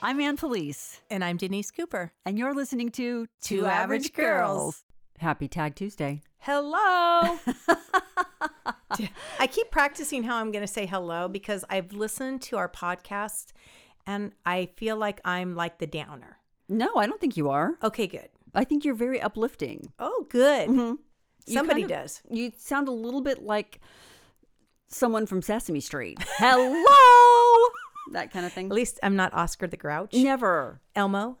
I'm Ann Police, And I'm Denise Cooper. and you're listening to Two Average Girls. Happy Tag Tuesday. Hello. I keep practicing how I'm going to say hello because I've listened to our podcast and I feel like I'm like the downer. No, I don't think you are. Okay, good. I think you're very uplifting. Oh, good. You Somebody kind of- does. You sound a little bit like someone from Sesame Street. Oh. Hello! that kind of thing. At least I'm not Oscar the Grouch. Never. Elmo,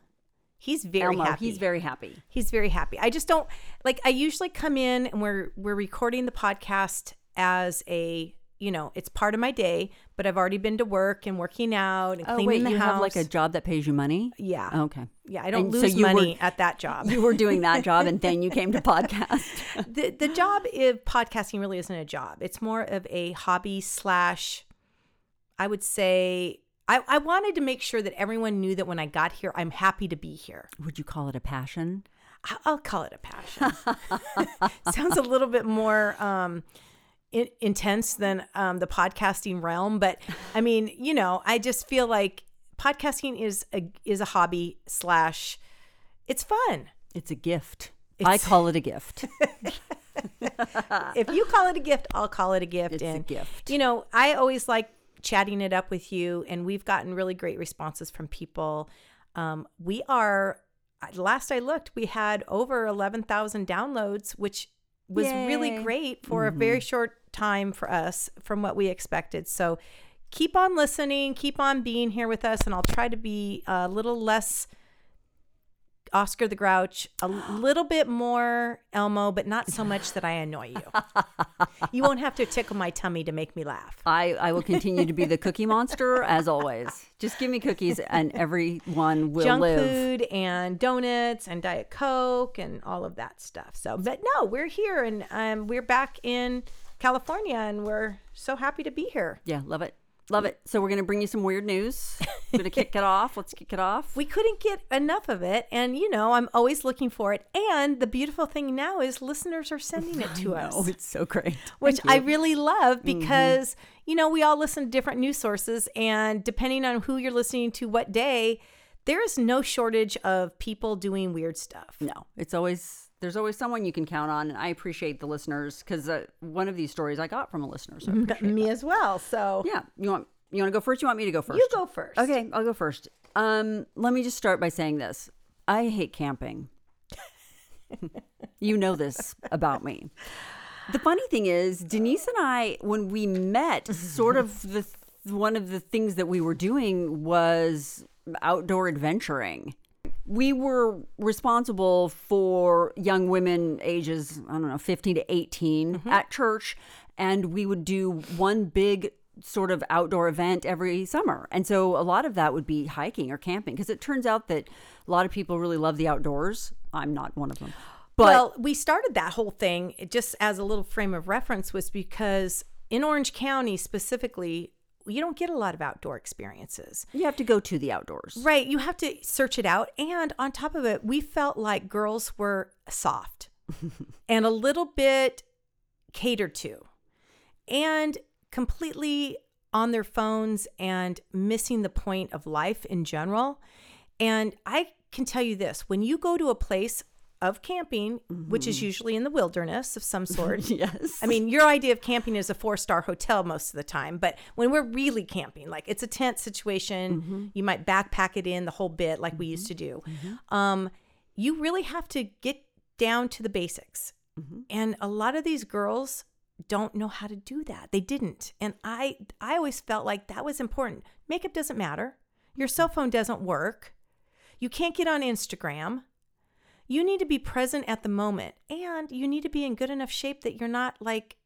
he's very Elmo, happy. he's very happy. he's very happy. I just don't like I usually come in and we're we're recording the podcast as a you know, it's part of my day, but I've already been to work and working out and Oh, cleaning wait, the you house. have like a job that pays you money? Oh, yeah. Okay. Yeah, I don't And so lose you were- money at that job. You were doing that job and then you came to podcast. the the job of podcasting really isn't a job. It's more of a hobby slash. I would say I, I wanted to make sure that everyone knew that when I got here, I'm happy to be here. Would you call it a passion? I- I'll call it a passion. Sounds a little bit more um, in- intense than um, the podcasting realm, but I mean, you know, I just feel like podcasting is a is a hobby slash. It's fun. It's a gift. I It's- call it a gift. if you call it a gift, I'll call it a gift. It's a and, gift. You know, I always like chatting it up with you, and we've gotten really great responses from people. Um, we are, uh, last I looked, we had over 11,000 downloads, which was really Yay. Mm-hmm. great for a very short time for us from what we expected. So keep on listening, keep on being here with us, and I'll try to be a little less. Oscar the Grouch, a little bit more Elmo, but not so much that I annoy you. you won't have to tickle my tummy to make me laugh. I, I will continue to be the cookie monster as always. Just give me cookies and everyone will Junk live. food and donuts and Diet Coke and all of that stuff. So, but no, we're here and um, we're back in California and we're so happy to be here. Yeah, love it. Love it. So we're going to bring you some weird news. We're going to kick it off. Let's kick it off. We couldn't get enough of it. And, you know, I'm always looking for it. And the beautiful thing now is listeners are sending it to us. Oh, it's so great. which I really love Mm-hmm. because you know we all listen to different news sources, and depending on who you're listening to, what day, there is no shortage of people doing weird stuff. No, it's always there's always someone you can count on, and I appreciate the listeners because uh, one of these stories I got from a listener. So I appreciate Me as well. So it. yeah, you want you want to go first? You want me to go first? you go first. Okay, I'll go first. Um, let me just start by saying this: I hate camping. you know this about me. The funny thing is, Denise and I, when we met, sort of the th- one of the things that we were doing was outdoor adventuring. We were responsible for young women ages, I don't know, 15 to 18 Mm-hmm. at church. And we would do one big sort of outdoor event every summer. And so a lot of that would be hiking or camping because it turns out that a lot of people really love the outdoors. I'm not one of them. But well, we started that whole thing just as a little frame of reference was because in Orange County specifically, you don't get a lot of outdoor experiences. you have to go to the outdoors. Right. You have to search it out. And on top of it, we felt like girls were soft and a little bit catered to and completely on their phones and missing the point of life in general. And I can tell you this when you go to a place of camping, which is usually in the wilderness of some sort, Yes. I mean, your idea of camping is a four star hotel most of the time, but when we're really camping, like it's a tent situation, you might backpack it in the whole bit, like we used to do. Um, you really have to get down to the basics. And a lot of these girls don't know how to do that. They didn't. And I I always felt like that was important. Makeup doesn't matter. Your cell phone doesn't work. You can't get on Instagram. You need to be present at the moment and you need to be in good enough shape that you're not like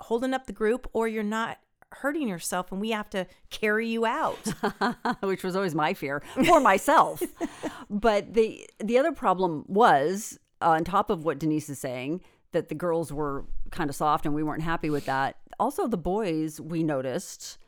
holding up the group or you're not hurting yourself and we have to carry you out. which was always my fear for myself. but the the other problem was uh, on top of what Denise is saying that the girls were kind of soft and we weren't happy with that. Also the boys we noticed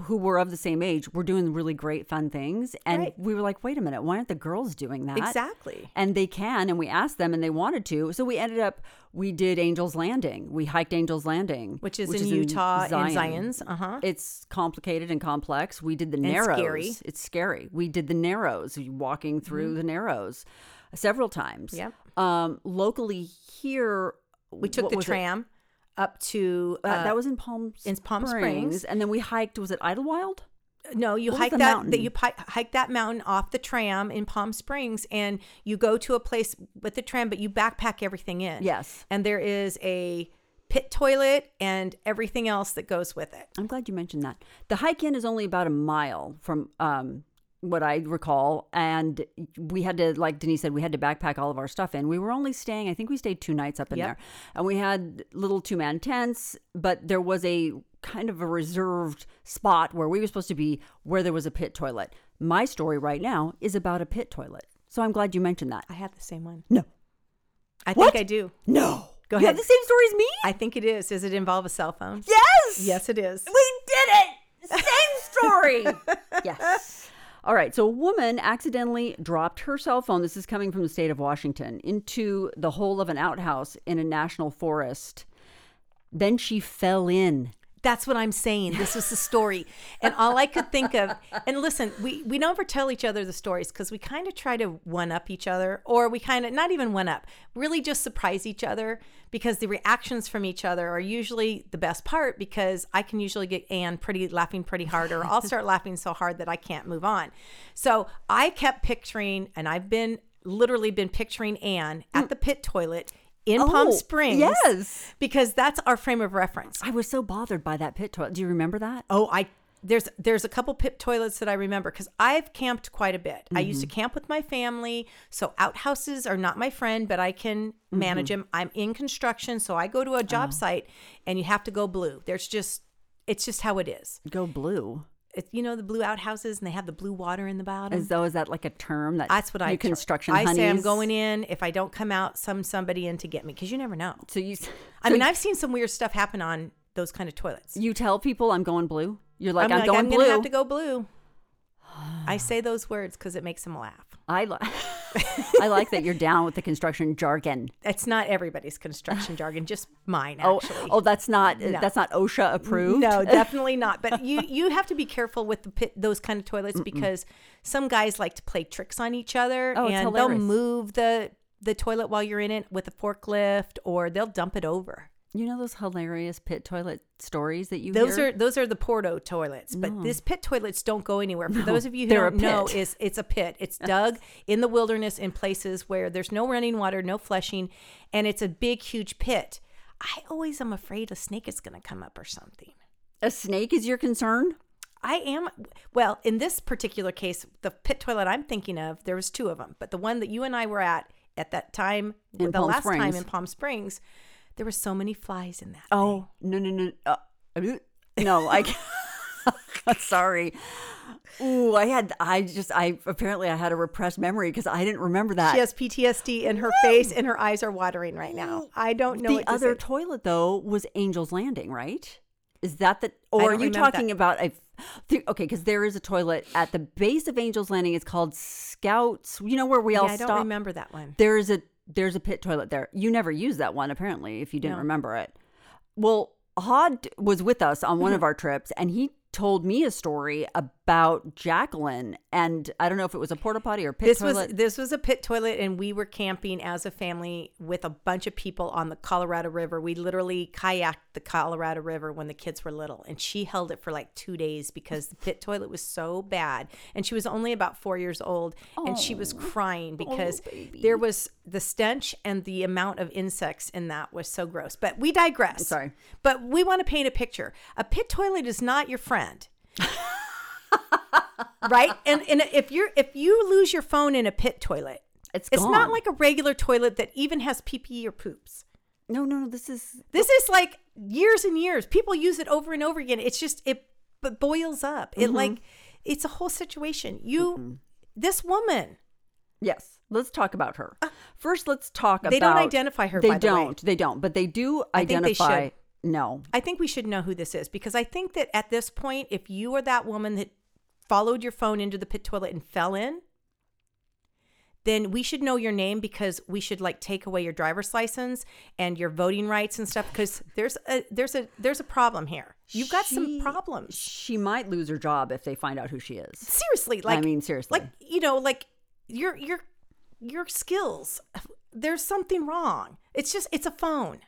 who were of the same age were doing really great fun things and Right. we were like wait a minute why aren't the girls doing that Exactly. and they can and we asked them and they wanted to so we ended up we did angel's landing we hiked angel's landing Which is in Utah, in Zions, uh-huh. it's complicated and complex we did the narrows scary. Mm-hmm. it's scary we did the narrows walking through the narrows several times Yep. um locally here We took the tram up to uh, uh, that was in Palm in Palm Springs. and then we hiked. Was it Idlewild? no, you what was hike the that, that mountain? you pi- hike that mountain off the tram in Palm Springs, and you go to a place with the tram, but you backpack everything in. Yes. and there is a pit toilet and everything else that goes with it. I'm glad you mentioned that. The hike in is only about a mile from um, what I recall, and we had to, like Denise said, we had to backpack all of our stuff in. We were only staying, I think we stayed two nights up in Yep. there, and we had little two man tents, but there was a kind of a reserved spot where we were supposed to be, where there was a pit toilet. My story right now is about a pit toilet, so I'm glad you mentioned that. I have the same one. No, I What? think I do. no, Go You have ahead. the same story as me. I think it is. Does it involve a cell phone? yes. Yes, it is. We did it! Same story! yes. All right, so a woman accidentally dropped her cell phone, this is coming from the state of Washington, into the hole of an outhouse in a national forest. Then she fell in. That's what I'm saying. This was the story. And all I could think of, and listen, we, we never tell each other the stories because we kind of try to one up each other, or we kind of, not even one up, really just surprise each other because the reactions from each other are usually the best part because I can usually get Anne pretty laughing pretty hard, or I'll start laughing so hard that I can't move on. So I kept picturing, and I've been literally been picturing Anne at the pit toilet in Palm Mm. Oh, Springs. yes. Because that's our frame of reference. I was so bothered by that pit toilet. Do you remember that? Oh, I there's there's a couple pit toilets that I remember because I've camped quite a bit. I Mm-hmm. used to camp with my family, so outhouses are not my friend, but I can manage Mm-hmm. them. I'm in construction, so I go to a job Ah. site, and you have to go blue. There's just it's just how it is. Go blue. It's you know the blue outhouses, and they have the blue water in the bottom. As though is that like a term that That's what I you construction I say I'm honeys? going in. If I don't come out, some somebody in to get me because you never know. So you, so I mean, I've seen some weird stuff happen on those kind of toilets. you tell people I'm going blue. You're like I'm, like, going I'm blue. gonna have to go blue. I say those words because it makes them laugh. I li- I like that you're down with the construction jargon. It's not everybody's construction jargon, just mine Oh, actually. oh, that's not No. that's not OSHA approved. No, definitely not. But you you have to be careful with the pit, those kind of toilets because some guys like to play tricks on each other Oh, it's and they'll hilarious. move the the toilet while you're in it with a forklift or they'll dump it over. You know those hilarious pit toilet stories that you Those hear? are those are the Porto toilets, but these pit toilets don't go anywhere. For those of you who they're a don't know, pit. is it's a pit. It's dug in the wilderness in places where there's no running water, no flushing, and it's a big, huge pit. I always am afraid a snake is going to come up or something. a snake is your concern? I am well in this particular case. The pit toilet I'm thinking of, there was two of them, but the one that you and I were at at that time, In the Palm last time Springs. in Palm Springs, there were so many flies in that. Oh no no no uh, uh, no I can't. sorry. Ooh, I had I just I apparently I had a repressed memory because I didn't remember that. She has PTSD in her face and her eyes are watering right now. I don't know the what to other say. toilet though was Angel's Landing, right? Is that the or are don't you remember talking that. about a th- okay? Because there is a toilet at the base of Angel's Landing. It's called Scouts. You know where we all Yeah, I don't stop. remember that one. there's a there's a pit toilet there. You never used that one apparently if you didn't No. remember it. Well, Hod was with us on one of our trips and he told me a story about Jacqueline and I don't know if it was a porta potty or pit This toilet. was this was a pit toilet and we were camping as a family with a bunch of people on the Colorado River. We literally kayaked the Colorado River when the kids were little and she held it for like 2 days because the pit toilet was so bad and she was only about 4 years old and she was Oh, crying because there was the stench and the amount of insects in that was so gross. But we digress. Sorry. But we want to paint a picture. A pit toilet is not your friend. right? And and if you're if you lose your phone in a pit toilet, It's it's not gone. like a regular toilet that even has pee pee or poops. no, no, no, this is This is like years and years. People use it over and over again. It's just it b- boils up. It Mm-hmm. like it's a whole situation. You this woman Yes, let's talk about her. First, let's talk about. Uh, They don't identify her, They by the way. don't. They don't. But they do think they should. identify. No. I think we should know who this is because I think that at this point, if you are that woman that followed your phone into the pit toilet and fell in, then we should know your name because we should like take away your driver's license and your voting rights and stuff because there's a there's a there's a problem here. You've got some She- problems. She might lose her job if they find out who she is. Seriously, like I mean, seriously. like you know, like your your your skills. There's something wrong. It's just it's a phone.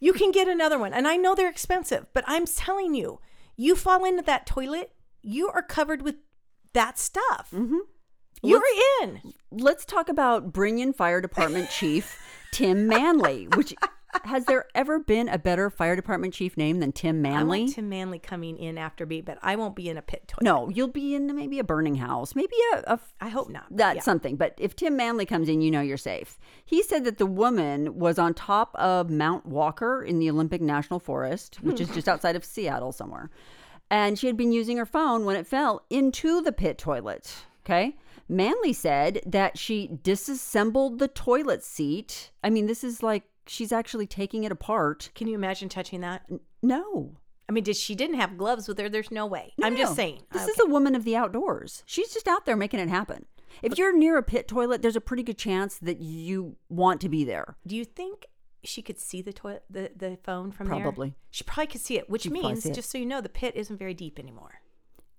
you can get another one, and I know they're expensive, but I'm telling you, you fall into that toilet, you are covered with that stuff. Mm-hmm. You're in. Let's talk about Brinion Fire Department Chief Tim Manley, which has there ever been a better fire department chief name than Tim I Manley? want Tim Manley coming in after me, but I won't be in a pit toilet. no, you'll be in maybe a burning house, maybe a, a I hope not. but that's yeah. something. But if Tim Manley comes in, you know you're safe. He said that the woman was on top of Mount Walker in the Olympic National Forest, which is just outside of Seattle somewhere. And she had been using her phone when it fell into the pit toilet. Okay. Manley said that she disassembled the toilet seat. I mean, this is like she's actually taking it apart. Can you imagine touching that? No. I mean, did she didn't have gloves with her? There's no way. I'm just No. saying. uh, This Okay. is a woman of the outdoors. She's just out there making it happen. If you're near a pit toilet, there's a pretty good chance that you want to be there. Do you think she could see the toilet, the, the phone from there? Probably. She probably could see it, which She'd probably means, see it. just so you know, the pit isn't very deep anymore.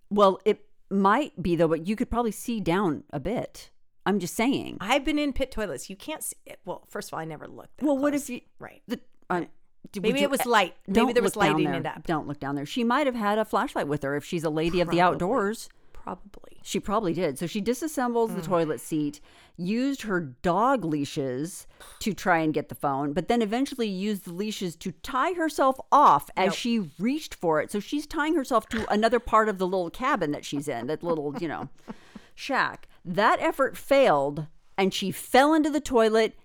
Well, it might be though, but you could probably see down a bit. I'm just saying. I've been in pit toilets. You can't see it. Well, first of all, I never looked. That Well, what close. if you? Right. The, uh, d- would Maybe you- it was light. Maybe Don't there was look down lighting there. it up. Don't look down there. She might have had a flashlight with her if she's a lady of the Probably. outdoors. Probably. She probably did. So she disassembles the toilet seat, used her dog leashes to try and get the phone, but then eventually used the leashes to tie herself off as Nope. she reached for it. So she's tying herself to another part of the little cabin that she's in, that little, you know, shack. That effort failed and she fell into the toilet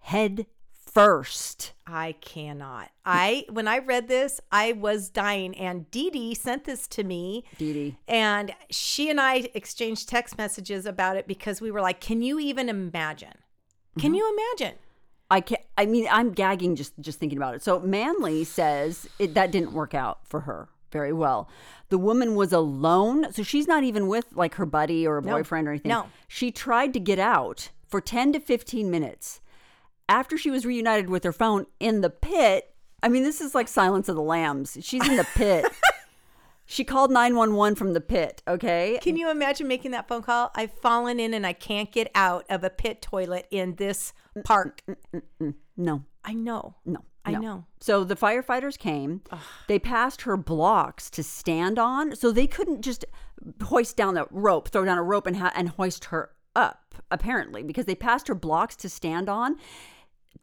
head first. I cannot. I when I read this, I was dying. And Dee Dee sent this to me. Dee Dee. And she and I exchanged text messages about it because we were like, Can you even imagine? Mm-hmm. Can you imagine? I can I mean, I'm gagging just just thinking about it. So Manley says it, that didn't work out for her very well. The woman was alone, so she's not even with like her buddy or a boyfriend or anything. No. She tried to get out for 10 to 15 minutes. After she was reunited with her phone in the pit, I mean, this is like Silence of the Lambs. She's in the pit. she called 911 from the pit, okay? Can you imagine making that phone call? I've fallen in and I can't get out of a pit toilet in this Mm, park. no. I know. No. I no. know. So the firefighters came. They passed her blocks to stand on, so they couldn't just hoist down the rope, throw down a rope, and ha- and hoist her up. Apparently, because they passed her blocks to stand on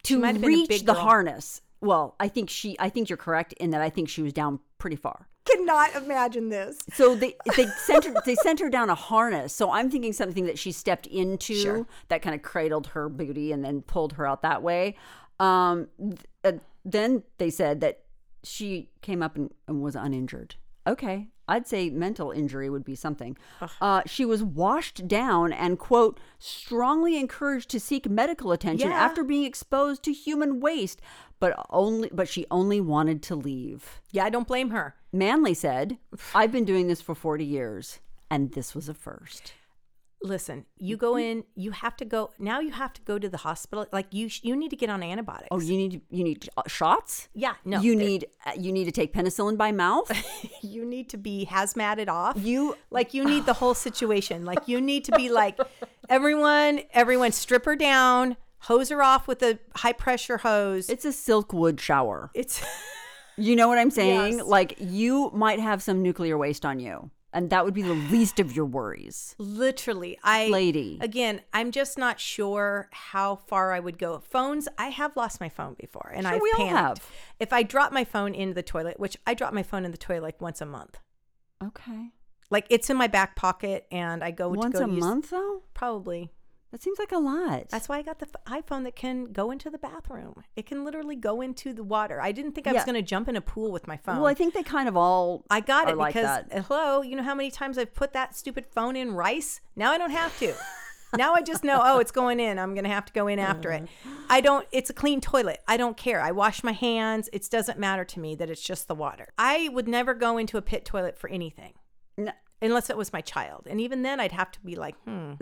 to might have been a reach big the girl. harness. Well, I think she. I think you're correct in that. I think she was down pretty far. Cannot imagine this. So they they sent her they sent her down a harness. So I'm thinking something that she stepped into Sure. that kind of cradled her booty and then pulled her out that way. Um, th- uh, then they said that she came up and, and was uninjured. Okay, I'd say mental injury would be something. Uh, she was washed down and quote strongly encouraged to seek medical attention Yeah. after being exposed to human waste, but only but she only wanted to leave. Yeah, I don't blame her. Manley said, I've been doing this for 40 years, and this was a first. Listen, you go in, you have to go now you have to go to the hospital. Like you sh- you need to get on antibiotics. Oh, you need you need uh, shots? yeah, no. you there- need uh, you need to take penicillin by mouth. you need to be hazmated off. You- like you need the whole situation. Like you need to be like everyone, everyone strip her down, hose her off with a high pressure hose. it's a silkwood shower. it's You know what I'm saying? Yes. Like you might have some nuclear waste on you, and that would be the least of your worries. Literally, I Lady. again. I'm just not sure how far I would go. Phones. I have lost my phone before, and Sure, I've we all panicked. have. If I drop my phone into the toilet, which I drop my phone in the toilet like once a month, Okay. like it's in my back pocket, and I go Once to go a to use- month though? probably. That seems like a lot. That's why I got the f- iPhone that can go into the bathroom. It can literally go into the water. I didn't think I was Yeah. going to jump in a pool with my phone. well, I think they kind of all I got are it like because uh, that. hello, you know how many times I've put that stupid phone in rice? Now I don't have to. now I just know, oh, it's going in. I'm going to have to go in after it. I don't, it's a clean toilet. I don't care. I wash my hands. It doesn't matter to me that it's just the water. I would never go into a pit toilet for anything No, unless it was my child. And even then, I'd have to be like, hmm.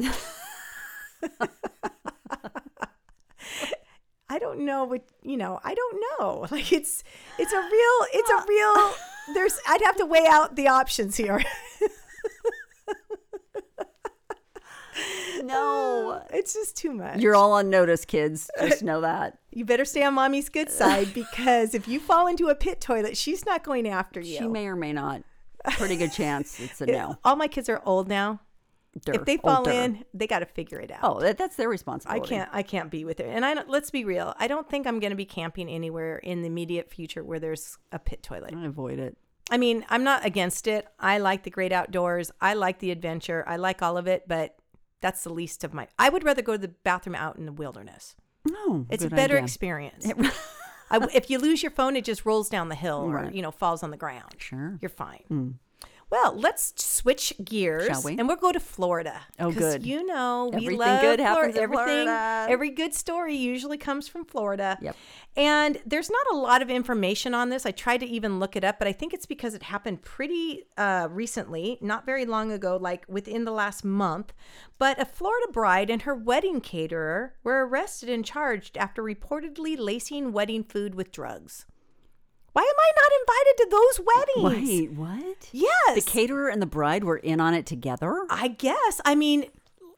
I don't know what you know. I don't know. Like it's it's a real it's a real. There's I'd have to weigh out the options here. no. it's just too much. You're all on notice, kids. Just know that. you better stay on mommy's good side because if you fall into a pit toilet, she's not going after you. She may or may not. Pretty good chance it's a no. All my kids are old now. Dur, If they fall older. in, they got to figure it out. oh, that, that's their I responsibility. can't. I can't be with her. And I don't, let's be real. I don't think I'm going to be camping anywhere in the immediate future where there's a pit toilet. I avoid it. I mean, I'm not against it. I like the great outdoors. I like the adventure. I like all of it. But that's the least of my. I would rather go to the bathroom out in the wilderness. No, It's good a better idea. experience. I, if you lose your phone, it just rolls down the hill or Right. you know falls on the ground. Sure. You're fine. Well, let's switch gears, Hmm. Shall we? and we'll go to Florida. Oh, 'Cause good. You know, we Everything love good Flor- happens in everything, Florida. Every good story usually comes from Florida. Yep. And there's not a lot of information on this. I tried to even look it up, but I think it's because it happened pretty uh, recently, not very long ago, like within the last month. But a Florida bride and her wedding caterer were arrested and charged after reportedly lacing wedding food with drugs. Why am I not invited to those weddings? Wait, what? Yes. The caterer and the bride were in on it together. I guess. I mean,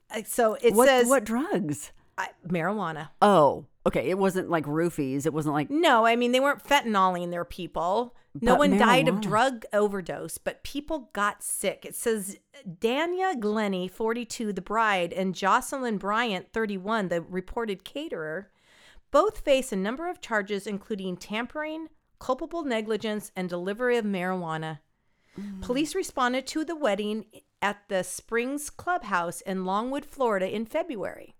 uh, so it What says what drugs? I, marijuana. Oh, okay. It wasn't like roofies. It wasn't like No, I mean, they weren't fentanyling their people. No But one died of marijuana. drug overdose, but people got sick. It says Dania Glenny, 42, the bride, and Jocelyn Bryant, 31, the reported caterer, both face a number of charges, including tampering, culpable negligence, and delivery of marijuana. Police responded to the wedding at the Springs Clubhouse in Longwood, Florida in February.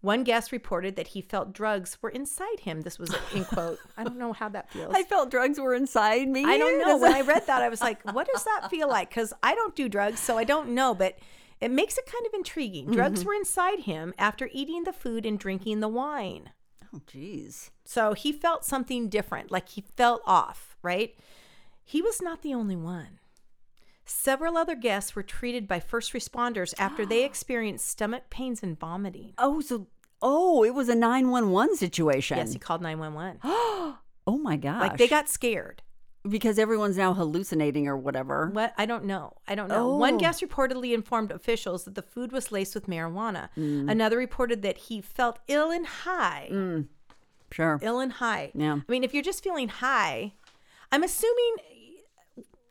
One guest reported that he felt drugs were inside him. This was in quote. I don't know how that feels. I felt drugs were inside me. I don't That's- know. When I read that, I was like, what does that feel like? Because I don't do drugs, so I don't know, but it makes it kind of intriguing. Drugs were inside him after eating the food and drinking the wine. Oh, jeez. So he felt something different, like he felt off, right? He was not the only one. Several other guests were treated by first responders after they experienced stomach pains and vomiting. Oh, so oh, it was a nine one one situation. Yes, he called 911. oh my gosh. Like they got scared. because everyone's now hallucinating or whatever. What I don't know. I don't know. One Oh. guest reportedly informed officials that the food was laced with marijuana. Another reported that he felt ill and high. Sure. Ill and high. Yeah. I mean, if you're just feeling high, I'm assuming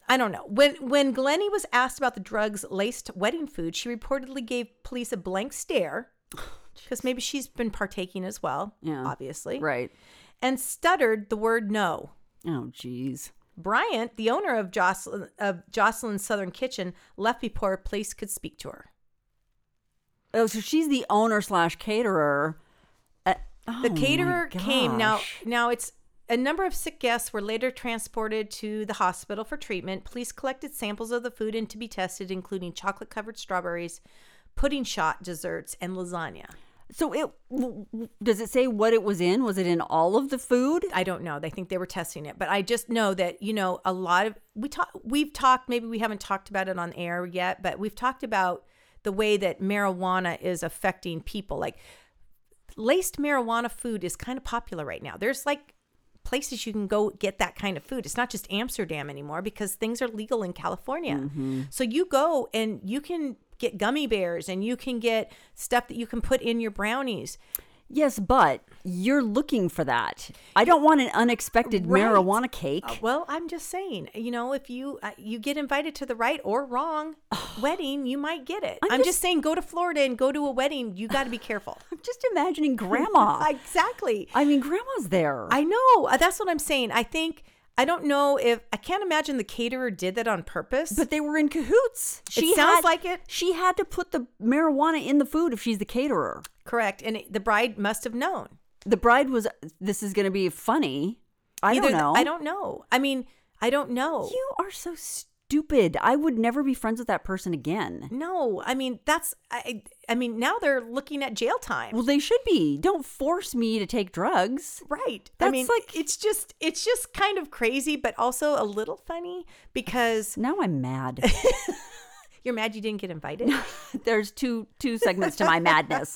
I don't know. When when Glennie was asked about the drugs laced wedding food, she reportedly gave police a blank stare. Because maybe she's been partaking as well, Yeah. obviously, Right. and stuttered the word no. Oh, jeez. Bryant, the owner of Jocelyn of Jocelyn's Southern Kitchen, left before police could speak to her. Oh, so she's the owner slash caterer. Uh, oh, my The caterer came now. gosh. Now it's a number of sick guests were later transported to the hospital for treatment. Police collected samples of the food and to be tested, including chocolate covered strawberries, pudding shot desserts, and lasagna. So it w- w- does it say what it was in? Was it in all of the food? I don't know. They think they were testing it, but I just know that you know a lot of we talk. We've talked. Maybe we haven't talked about it on air yet, but we've talked about the way that marijuana is affecting people. Like laced marijuana food is kind of popular right now. There's like places you can go get that kind of food. It's not just Amsterdam anymore because things are legal in California. So you go and you can get gummy bears and you can get stuff that you can put in your brownies. Yes, but you're looking for that. I don't want an unexpected Right. marijuana cake. Uh, Well, I'm just saying, you know, if you uh, you get invited to the right or wrong wedding, you might get it. I'm, just, saying, go to Florida and go to a wedding. You got to be careful. I'm just imagining grandma. exactly. I mean, grandma's there. I know. Uh, That's what I'm saying. I think I don't know if I can't imagine the caterer did that on purpose. but they were in cahoots. She sounds had- like it. She had to put the marijuana in the food if she's the caterer. correct, and it, the bride must have known. The bride was. This is going to be funny. I Either don't know. I don't know. I mean, I don't know. Oh. You are so stupid. I would never be friends with that person again. No, I mean that's I. I mean now they're looking at jail time. Well, they should be. Don't force me to take drugs. Right. I That's mean, like- it's just it's just kind of crazy, but also a little funny because Now I'm mad. you're mad you didn't get invited. There's two two segments to my madness.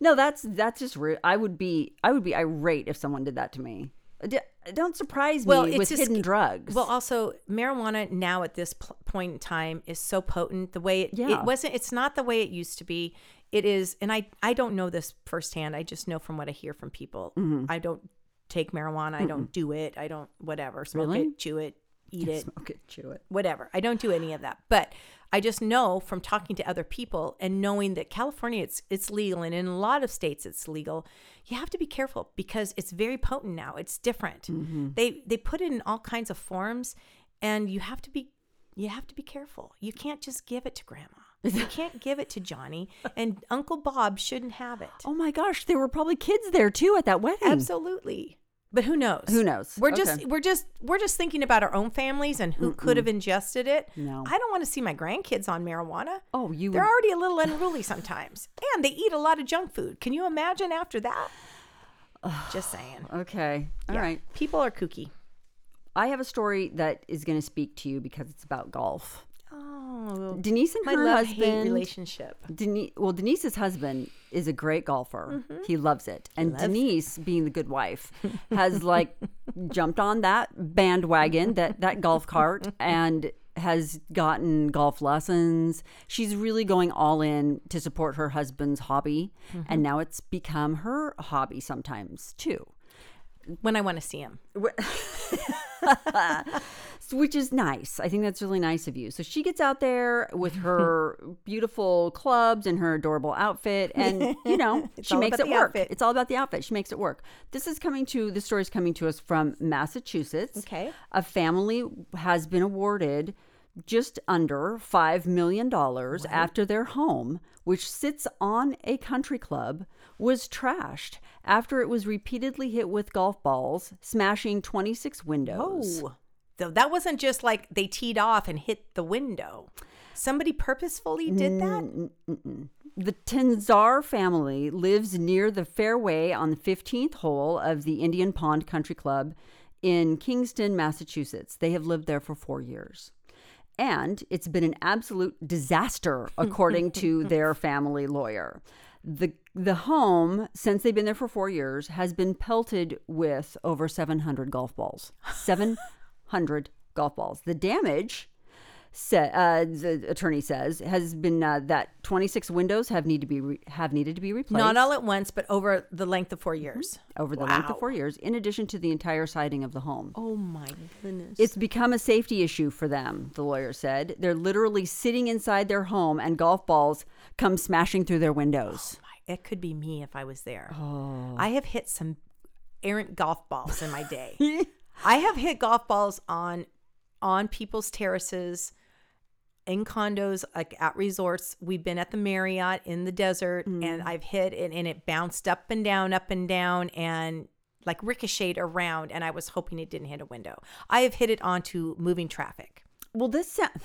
No, that's that's just rude. I would be I would be irate if someone did that to me. D- Don't surprise me Well, it's with just- hidden drugs. well, also marijuana now at this pl- point in time is so potent. The way it, Yeah. it wasn't, it's not the way it used to be. It is, and I I don't know this firsthand. I just know from what I hear from people. Mm-hmm. I don't take marijuana. I don't do it. I don't whatever. Smoke Really? it, chew it, eat it. smoke it, chew it. whatever. I don't do any of that. But I just know from talking to other people and knowing that California it's it's legal and in a lot of states it's legal. You have to be careful because it's very potent now. It's different. They they put it in all kinds of forms and you have to be you have to be careful. You can't just give it to grandma. You can't give it to Johnny and Uncle Bob shouldn't have it. Oh my gosh, there were probably kids there too at that wedding. Absolutely. But who knows? Hmm. Who knows? We're Okay. just we're just we're just thinking about our own families and who could have ingested it. No. I don't want to see my grandkids on marijuana. Oh, you They're would- already a little unruly sometimes. And they eat a lot of junk food. Can you imagine after that? just saying. Okay. all right. Yeah. People are kooky. I have a story that is going to speak to you because it's about golf. Oh. Denise and My her love hate husband relationship. Denise, well, Denise's husband is a great golfer. Mm-hmm. He loves it. And Denise, being the good wife, has like jumped on that bandwagon, that, that golf cart, and has gotten golf lessons. She's really going all in to support her husband's hobby. And now it's become her hobby sometimes too. Mm. When I want to see him. which is nice. I think that's really nice of you. So she gets out there with her beautiful clubs and her adorable outfit, and you know she all makes about it the work. outfit. It's all about the outfit. She makes it work. This is coming to the story's coming to us from Massachusetts. Okay. a family has been awarded just under five million dollars after their home, which sits on a country club, was trashed after it was repeatedly hit with golf balls, smashing twenty-six windows. Oh. So that wasn't just like they teed off and hit the window. Somebody purposefully did that? The Tenzar family lives near the fairway on the 15th hole of the Indian Pond Country Club in Kingston, Massachusetts. They have lived there for four years. And it's been an absolute disaster, according to their family lawyer. The, the home, since they've been there for four years, has been pelted with over 700 golf balls. 700 golf balls. The damage sa- uh, the attorney says has been uh, that 26 windows have need to be re- have needed to be replaced Not all at once, but over the length of four years. over the length of four years, in addition to the entire siding of the home. Oh my goodness. It's become a safety issue for them, the lawyer said. They're literally sitting inside their home, and golf balls come smashing through their windows. it could be me if I was there. I have hit some errant golf balls in my day. I have hit golf balls on on people's terraces, in condos, like at resorts. We've been at the Marriott in the desert, and I've hit it, and it bounced up and down, up and down, and like ricocheted around. And I was hoping it didn't hit a window. I have hit it onto moving traffic. Well, this sounds.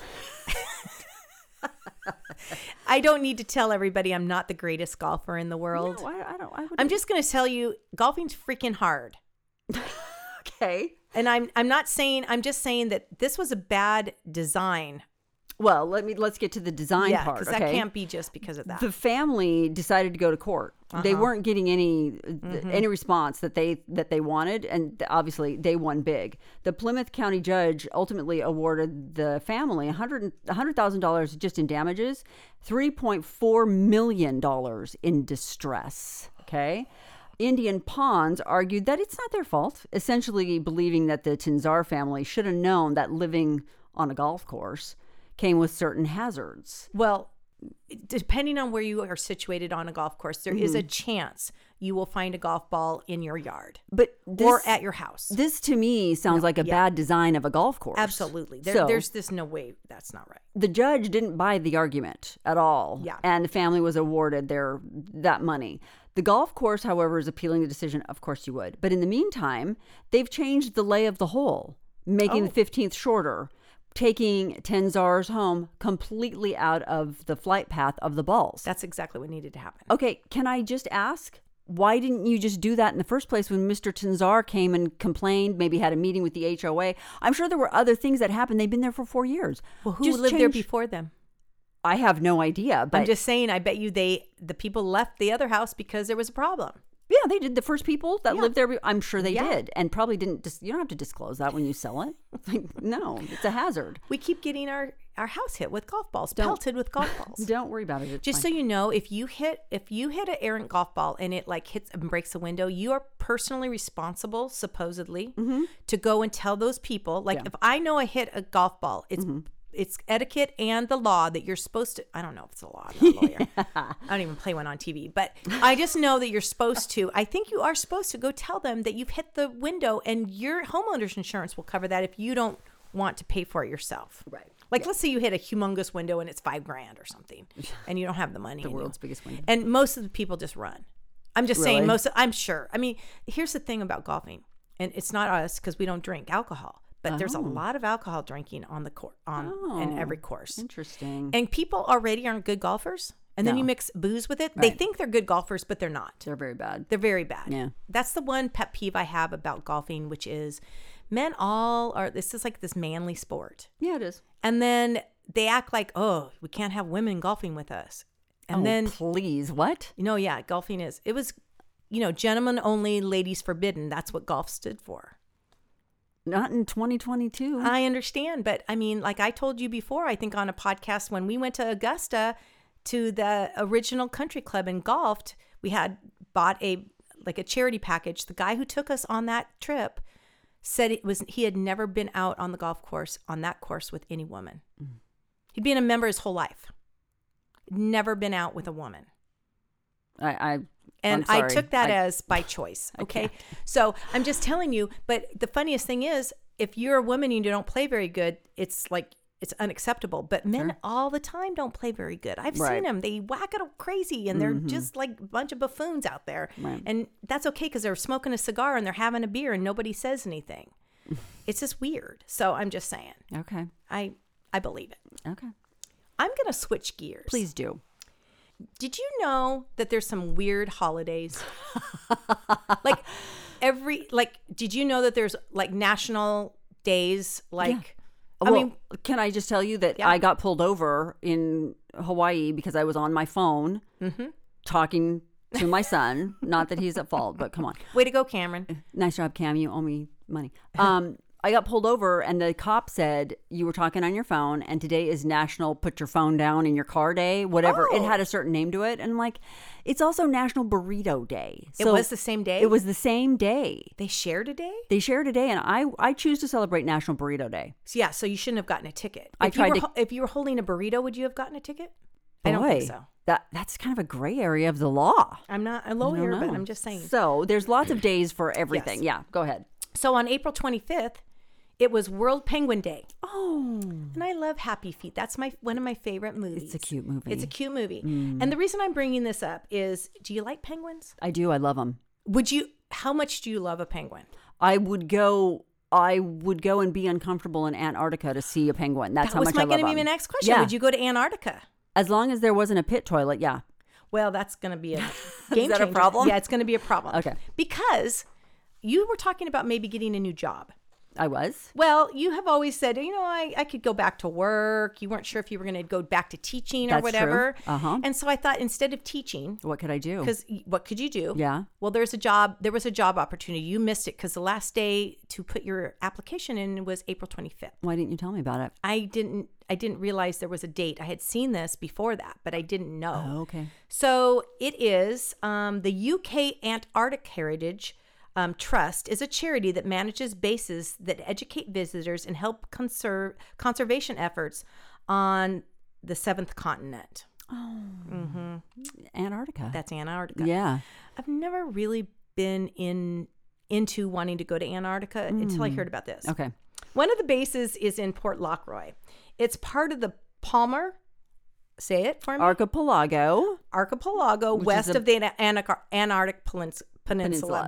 I don't need to tell everybody I'm not the greatest golfer in the No, world. I, I don't. I would. I'm just going to tell you, golfing's freaking hard. okay. And I'm I'm not saying I'm just saying that this was a bad design. Well, let me. Let's get to the design yeah, part. because Okay. that can't be just because of that. the family decided to go to court. They weren't getting any th- any response that they that they wanted, and th- obviously they won big. The Plymouth County judge ultimately awarded the family a hundred thousand dollars just in damages, three point four million dollars in distress. Okay. Indian Ponds argued that it's not their fault, essentially believing that the Tinzar family should have known that living on a golf course came with certain hazards. well, depending on where you are situated on a golf course, there is Mm-hmm. a chance you will find a golf ball in your yard But this, or at your house. This to me sounds like a bad design of a golf course. Absolutely. There, so there's this no way that's not right. the judge didn't buy the argument at all. Yeah. And the family was awarded their that money. The golf course, however, is appealing the decision. Of course you Oh. would. But in the meantime, they've changed the lay of the hole, making the 15th shorter, taking Tenzar's home completely out of the flight path of the balls. That's exactly what needed to happen. Okay, can I just ask? Why didn't you just do that in the first place when Mr. Tenzar came and complained, maybe had a meeting with the HOA? I'm sure there were other things that happened. They've been there for four years. Well, who Just lived there change- before them? I have no idea, but I'm just saying. I bet you they the people left the other house because there was a problem. yeah, they did. The first people that Yeah. lived there, be- I'm sure they Yeah. did, and probably didn't. Dis- you don't have to disclose that when you sell it. It's like, no, it's a hazard. We keep getting our our house hit with golf balls, Don't- pelted with golf balls. Don't worry about it. It's Just fine. so you know, if you hit if you hit an errant golf ball and it like hits and breaks a window, you are personally responsible, supposedly, to go and tell those people. Mm-hmm. Like Yeah. Mm-hmm. if I know I hit a golf ball, it's it's etiquette and the law that you're supposed to. I don't know if it's a law. I'm not a lawyer. I don't even play one on TV, but I just know that you're supposed to. I think you are supposed to go tell them that you've hit the window, and your homeowner's insurance will cover that if you don't want to pay for it yourself. Right. Like, let's say you hit a humongous window and it's five grand or something, and you don't have the money. The world's biggest window. And most of the people just run. I'm just Really? saying, most. Of, I'm sure. I mean, here's the thing about golfing, and it's not us because we don't drink alcohol, but there's Oh. a lot of alcohol drinking on the court on in every course, interesting. and people already aren't good golfers. And then No. you mix booze with it. They Right. think they're good golfers, but they're not. They're very bad. They're very bad. Yeah. That's the one pet peeve I have about golfing, which is men all are this is like this manly sport. Yeah, it is. And then they act like, oh, we can't have women golfing with us. And oh, then, please, what? you know, yeah, golfing is, it was, you know, gentlemen only, ladies forbidden. That's what golf stood for. Not in 2022. I understand. But I mean, like I told you before, I think on a podcast when we went to Augusta to the original country club and golfed, we had bought a like a charity package. The guy who took us on that trip said it was he had never been out on the golf course on that course with any woman. He'd been a member his whole life. Never been out with a woman. I, I And I'm I sorry. took that I- as by choice. Okay. So I'm just telling you, but the funniest thing is if you're a woman and you don't play very good, it's like it's unacceptable. But men all the time don't play very good. I've Right. Mm-hmm. seen them. They whack it all crazy and they're just like a bunch of buffoons out there. Right. And that's okay because they're smoking a cigar and they're having a beer and nobody says anything. it's just weird. So I'm just saying. okay, I I believe it. okay. I'm gonna switch gears. Please do. Did you know that there's some weird holidays? like every like did you know that there's like national days like I well, mean can I just tell you that Yeah. I got pulled over in Hawaii because I was on my phone Mm-hmm. talking to my son. Not that he's at fault, but come on. way to go Cameron. Nice job, Cam. You owe me money. Um, I got pulled over, and the cop said you were talking on your phone, and today is National Put Your Phone Down in Your Car Day, whatever. It Oh. had a certain name to it, and like, it's also National Burrito Day. It So was the same day. It was the same day. they shared a day? They shared a day, and I I choose to celebrate National Burrito Day. So, yeah, so you shouldn't have gotten a ticket. If I you tried were to- ho- if you were holding a burrito, would you have gotten a ticket? I don't think Boy, so. That that's kind of a gray area of the law. I'm not a I don't lawyer, but know. I'm just saying. So there's lots of days for everything. Yes. Yeah, go ahead. So on April 25th, it was World Penguin Day. Oh, And I love Happy Feet. That's my one of my favorite movies. it's a cute movie. It's a cute movie. And the Mm. reason I'm bringing this up is do you like penguins? I do. I love them. Would you how much do you love a penguin? I would go. I would go and be uncomfortable in Antarctica to see a penguin. That's that how was much my I love gonna be my them. next question. Yeah. Would you go to Antarctica? As long as there wasn't a pit toilet, yeah. Well, that's going to be a game that a changer. problem? Yeah, it's going to be a problem. Okay. Because you were talking about maybe getting a new job. I was. Well, you have always said, you know, I, I could go back to work. You weren't sure if you were going to go back to teaching That's or true. whatever. Uh-huh. And so I thought instead of teaching, What could I do? because what could you do? Yeah. Well, there's a job. There was a job opportunity. You missed it because the last day to put your application in was April 25th. Why didn't you tell me about it? I didn't. I didn't realize there was a date. I had seen this before that, but I didn't know. Oh, okay. So it is um, the UK Antarctic Heritage um, Trust is a charity that manages bases that educate visitors and help conserve conservation efforts on the seventh continent. Antarctica. That's Antarctica. yeah. I've never really been in into wanting to go to Antarctica until I heard about this. Mm. Okay. One of the bases is in Port Lockroy. It's part of the Palmer. Say it for me. Archipelago. Archipelago is west a- of the Ana- Ana- Antarctic Pelins- Peninsula.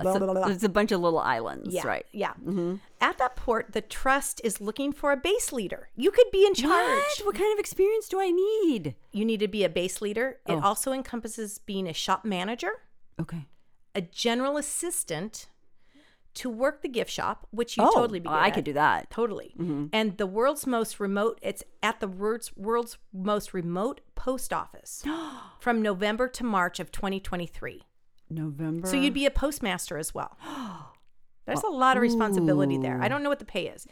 Peninsula. blah, So blah, blah. It's a bunch of little islands, Yeah, right? Mm-hmm. Yeah. At that port, the trust is looking for a base leader. You could be in charge. What? What kind of experience do I need? You need to be a base leader. Oh. It also encompasses being a shop manager, Okay. a general assistant to work the gift shop, which you totally be. oh, good I at. could do that. Mm-hmm. Totally. And the world's most remote, it's at the world's, world's most remote post office from November to March of 2023. November. So you'd be a postmaster as well. There's a lot of responsibility there. I don't know what the pay is.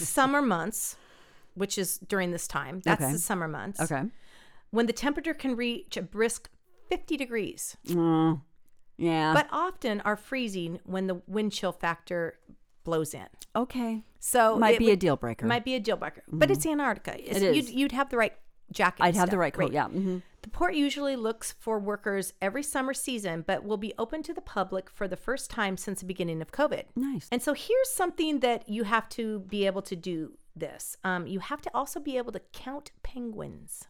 summer months, which is during this time, that's Okay. the summer months, okay. when the temperature can reach a brisk 50 degrees, Mm, yeah. but often are freezing when the wind chill factor blows in. okay. So might oh, it be would- a deal breaker. Mm-hmm. Might be a deal breaker, but it's Antarctica. It's- It You'd, is. you'd have the right jacket. and I'd have the stuff. right coat. Yeah. hmm The port usually looks for workers every summer season, but will be open to the public for the first time since the beginning of COVID. Nice. And so here's something that you have to be able to do this. Um, you have to also be able to count penguins.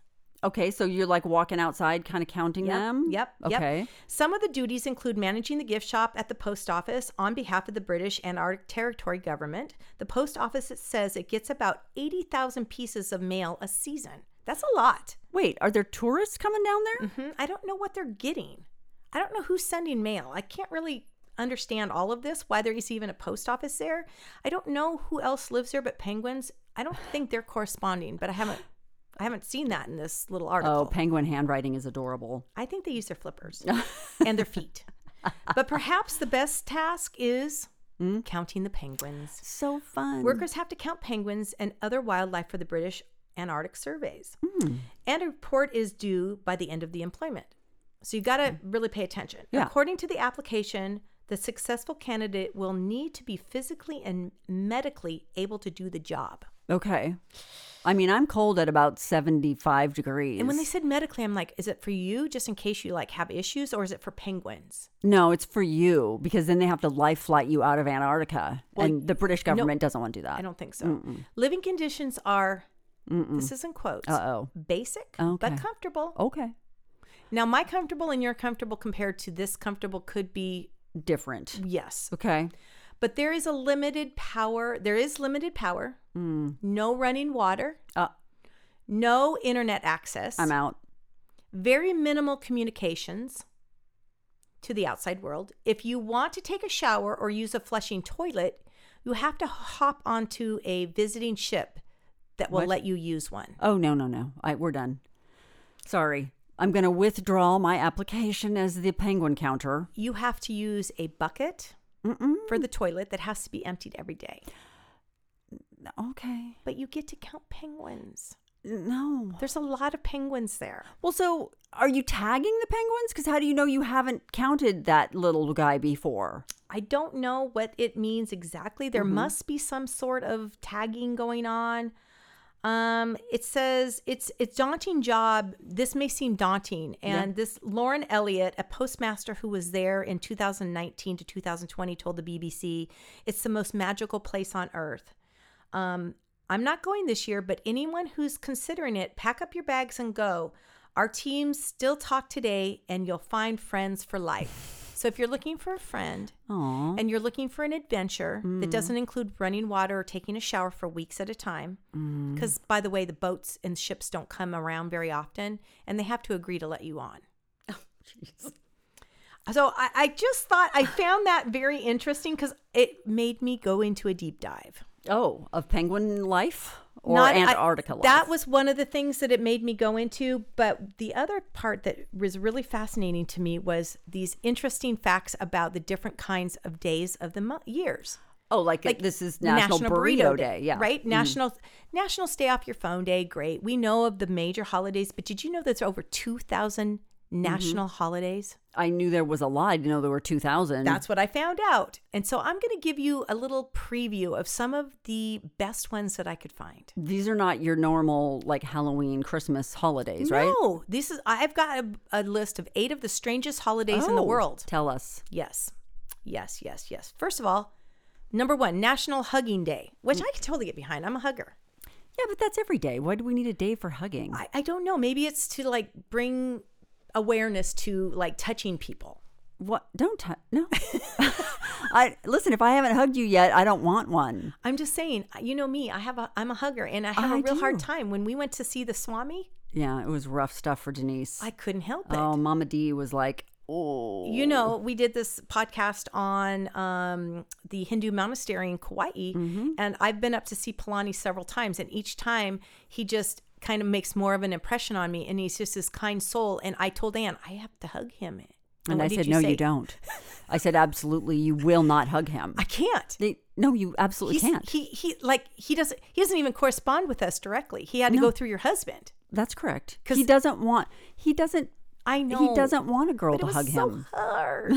Okay. So you're like walking outside, kind of counting Yep, them. Yep. yep. Okay. Some of the duties include managing the gift shop at the post office on behalf of the British Antarctic Territory government. The post office it says it gets about 80,000 pieces of mail a season. That's a lot. Wait, are there tourists coming down there? Hmm, I don't know what they're getting. I don't know who's sending mail. I can't really understand all of this, why there is even a post office there. I don't know who else lives there but penguins. I don't think they're corresponding, but I haven't I haven't seen that in this little article. Oh, penguin handwriting is adorable. I think they use their flippers and their feet. But perhaps the best task is counting the penguins. So fun. Workers have to count penguins and other wildlife for the British Antarctic surveys. And a report is due by the end of the employment. So you got to really pay attention. Yeah. According to the application, the successful candidate will need to be physically and medically able to do the job. Okay. I mean, I'm cold at about 75 degrees. And when they said medically, I'm like, is it for you just in case you like have issues or is it for penguins? No, it's for you because then they have to life flight you out of Antarctica. Well, and the British government doesn't want to do I that. don't think so. Living conditions are this is in quotes. Uh Basic Mm. Okay. but comfortable. oh. Okay. Now, my comfortable and your comfortable compared to this comfortable could be Different. yes, Okay. but there is a limited power. There is limited power. No running water. Mm. Uh, No internet access. I'm out. Very minimal communications to the outside world. If you want to take a shower or use a flushing toilet, you have to hop onto a visiting ship that will What? let you use one. Oh, no, no, no. I, we're done. Sorry. I'm going to withdraw my application as the penguin counter. You have to use a bucket Mm-mm. for the toilet that has to be emptied every day. Okay. But you get to count penguins. No. There's a lot of penguins there. Well, so are you tagging the penguins? Because how do you know you haven't counted that little guy before? I don't know what it means exactly. There must be some sort of tagging going on. Um, it says it's it's daunting job. This may seem daunting, and this Lauren Elliott, a postmaster who was there in 2019 to 2020, told the BBC, "It's the most magical place on earth." Um, I'm not going this year, but anyone who's considering it, pack up your bags and go. Our teams still talk today, and you'll find friends for life. So if you're looking for a friend, Aw. and you're looking for an adventure that Mm. doesn't include running water or taking a shower for weeks at a time, Mm. because by the way, the boats and ships don't come around very often, and they have to agree to let you on. Oh, So I, I just thought I found that very interesting because it made me go into a deep dive. Oh, of penguin life or Not- I- Antarctica life? That was one of the things that it made me go into. But the other part that was really fascinating to me was these interesting facts about the different kinds of days of the mo- years. oh, like, like this is National, Burrito, Day. Yeah. Mm-hmm. Right? National National Stay Off Your Phone Day. Great. We know of the major holidays, but did you know there's over 2,000 Mm-hmm. national holidays? I knew there was a lot. I didn't know there were 2,000. That's what I found out. And so I'm going to give you a little preview of some of the best ones that I could find. These are not your normal like Halloween, Christmas holidays, right? No, this is I've got a, a list of 8 of the strangest holidays in the Oh, world. Tell us. Yes. Yes, yes, yes. First of all, number 1, National Hugging Day, which Mm. I could totally get behind. I'm a hugger. Yeah, but that's every day. Why do we need a day for hugging? I, I don't know. Maybe it's to like bring awareness to like touching people. What? Don't t- no. I listen. If I haven't hugged you yet, I don't want one. I'm just saying, uh, you know me, I have a I'm a hugger and I have a I real hard do. time. When we went to see the Swami, Yeah, it was rough stuff for Denise. I couldn't help it. oh, Mama D was like, oh, you know, we did this podcast on um, the Hindu monastery in Kauai, Mm-hmm. and I've been up to see Palani several times, and each time he just kind of makes more of an impression on me, and he's just this kind soul. And I told Anne, I have to hug him. And what I did said, no, say? you don't. I said, absolutely, you will not hug him. I can't. They, no, you absolutely He's, can't. he he like he doesn't he doesn't even correspond with us directly. He had to go through your husband. That's correct. 'Cause- he doesn't want. He doesn't. I know He doesn't want a girl but to it was hug so him. hard.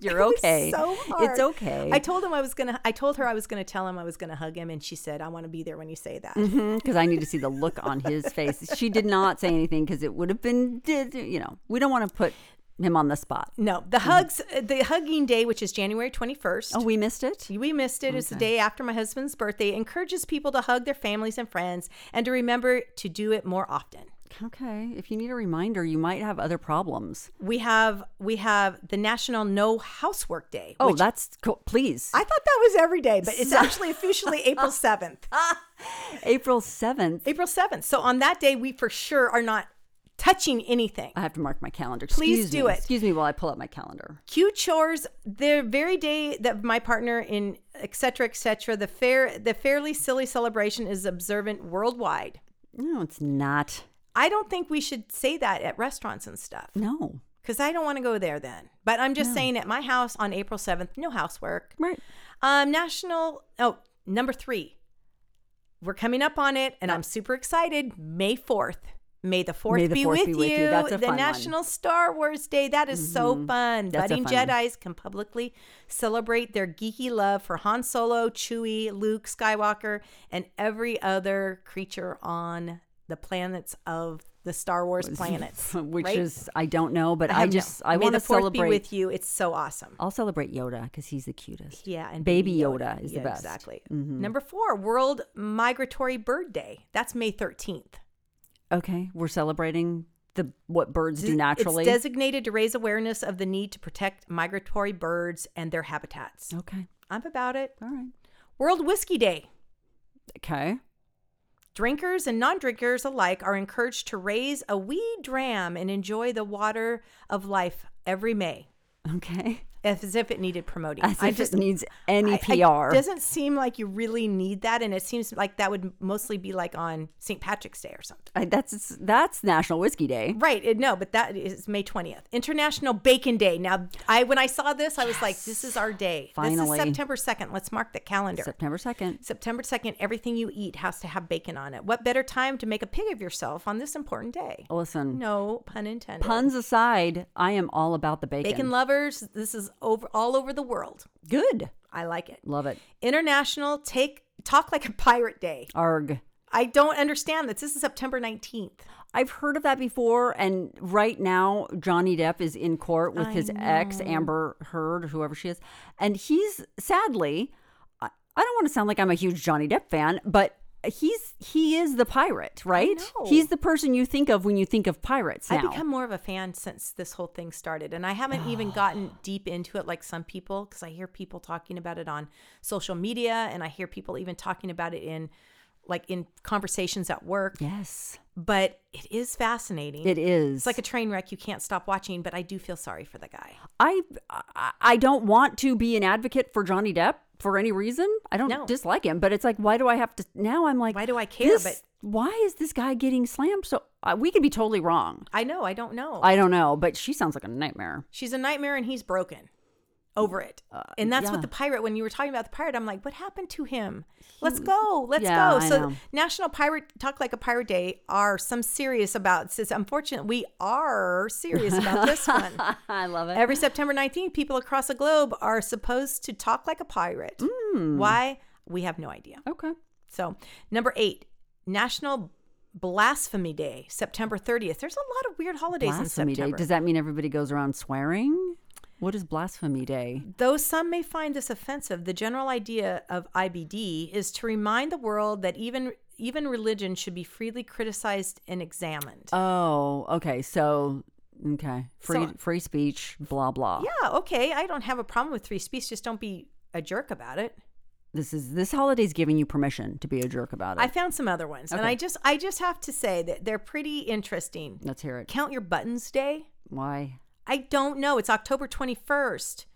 You're It was okay. so hard. It's okay. I told him I was gonna. I told her I was gonna tell him I was gonna hug him, and she said, "I want to be there when you say that." because I need to see the look on his face. She did not say anything because it would have been, did- you know, we don't want to put him on the spot. No, the hugs, the hugging day, which is January twenty first. Mm-hmm. Oh, we missed it. We missed it. It's the day after my husband's birthday. Encourages people to hug their families and friends, and to remember to do it more often. Okay, if you need a reminder, you might have other problems. We have we have the National No Housework Day. Oh, which that's cool. Please, I thought that was every day, but it's actually officially April seventh. April seventh. April seventh. So on that day, we for sure are not touching anything. I have to mark my calendar. Please Excuse do me. it. Excuse me while I pull up my calendar. Q chores the very day that my partner in et cetera, et cetera, the fair the fairly silly celebration is observant worldwide. No, it's not. I don't think we should say that at restaurants and stuff No, because I don't want to go there then. But I'm just saying at my house on April 7th, no housework. right. Um, national, oh, number three. We're coming up on it and I'm super excited. May 4th. May the 4th, May the be, 4th with be with you. you. That's a the fun one. Mm-hmm. National Star Wars Day. That is so fun. That's a Budding fun one. Jedi's can publicly celebrate their geeky love for Han Solo, Chewie, Luke, Skywalker, and every other creature on the planets of the Star Wars planets. Which right? is I don't know, but I I, have no- just I May want the to 4th celebrate. be with you. It's so awesome. I'll celebrate Yoda because he's the cutest. Yeah, and Baby Yoda is the Yeah, best. Mm-hmm. Exactly. Number four, World Migratory Bird Day. That's May thirteenth. Okay, we're celebrating the what birds do naturally. It's designated to raise awareness of the need to protect migratory birds and their habitats. okay, I'm about it. all right. World Whiskey Day. Okay, Drinkers and non-drinkers alike are encouraged to raise a wee dram and enjoy the water of life every May, okay. as if it needed promoting. As if I just it needs any I- PR. I, doesn't seem like you really need that, and it seems like that would mostly be like on St. Patrick's Day or something. I- that's that's National Whiskey Day. Right? It, no, but that is May twentieth, International Bacon Day. Now, I when I saw this, I was like, "This is our day. Finally. this is September second. Let's mark the calendar." September second. September 2nd, everything you eat has to have bacon on it. What better time to make a pig of yourself on this important day? Listen, No pun intended. Oh. puns aside, I am all about the bacon. Bacon lovers, this is over all over the world. Good, I like it. love it. International Take Talk Like a Pirate Day. Arg. I don't understand this. This is September 19th. I've heard of that before, and right now Johnny Depp is in court with his ex Amber Heard, whoever she is, and he's sadly, I, I don't want to sound like I'm a huge Johnny Depp fan, but he's he is the pirate, right? know. He's the person you think of when you think of pirates. Now, I've become more of a fan since this whole thing started, and I haven't even gotten deep into it like some people because I hear people talking about it on social media, and I hear people even talking about it in like in conversations at work. yes, But it is fascinating. it is. It's like a train wreck you can't stop watching, but I do feel sorry for the guy. I I- I don't want to be an advocate for Johnny Depp for any reason. I don't No. dislike him, but it's like why do I have to now I'm like Why do I care? this- But- why is this guy getting slammed so uh, we could be totally wrong. I know, I don't know. I don't know, but she sounds like a nightmare. She's a nightmare and he's broken over it. and that's what Uh, yeah. the pirate, when you were talking about the pirate, I'm like, what happened to him? Let's go. Let's Yeah, go. I so, know. National Pirate Talk Like a Pirate Day are some serious about since unfortunately we are serious about this one. I love it. Every September 19th, people across the globe are supposed to talk like a pirate. Mm. Why? We have no idea. okay. So, number eight, National Blasphemy Day, September 30th. There's a lot of weird holidays Blasphemy in Day. September. Does that mean everybody goes around swearing? What is Blasphemy Day? Though some may find this offensive, the general idea of IBD is to remind the world that even even religion should be freely criticized and examined. Oh, okay. So Okay. Free So- free speech, blah blah. Yeah, okay. I don't have a problem with free speech. Just don't be a jerk about it. This is this holiday's giving you permission to be a jerk about it. I found some other ones, and Okay. I just I just have to say that they're pretty interesting. Let's hear it. Count your buttons day. Why? I don't know. It's October 21st.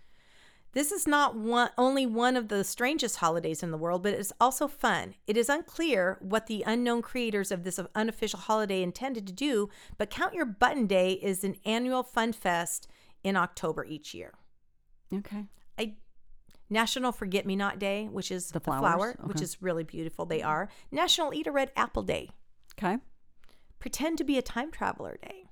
This is not one, only one of the strangest holidays in the world, but it's also fun. It is unclear what the unknown creators of this unofficial holiday intended to do, but Count Your Button Day is an annual fun fest in October each year. Okay. I National Forget Me Not Day, which is The the flower, flowers? which Okay. is really beautiful. They are National Eat a Red Apple Day. Okay. Pretend to be a time traveler day.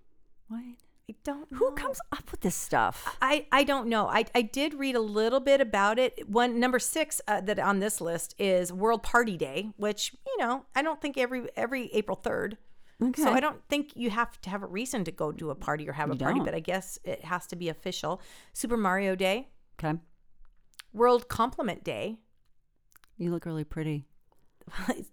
What? I don't. Who know. comes up with this stuff? I, I don't know. I, I did read a little bit about it. One number six uh, that on this list is World Party Day, which you know I don't think every every April third. Okay. So I don't think you have to have a reason to go to a party or have a You party, don't. but I guess it has to be official. Super Mario Day, Okay. World Compliment Day. You look really pretty.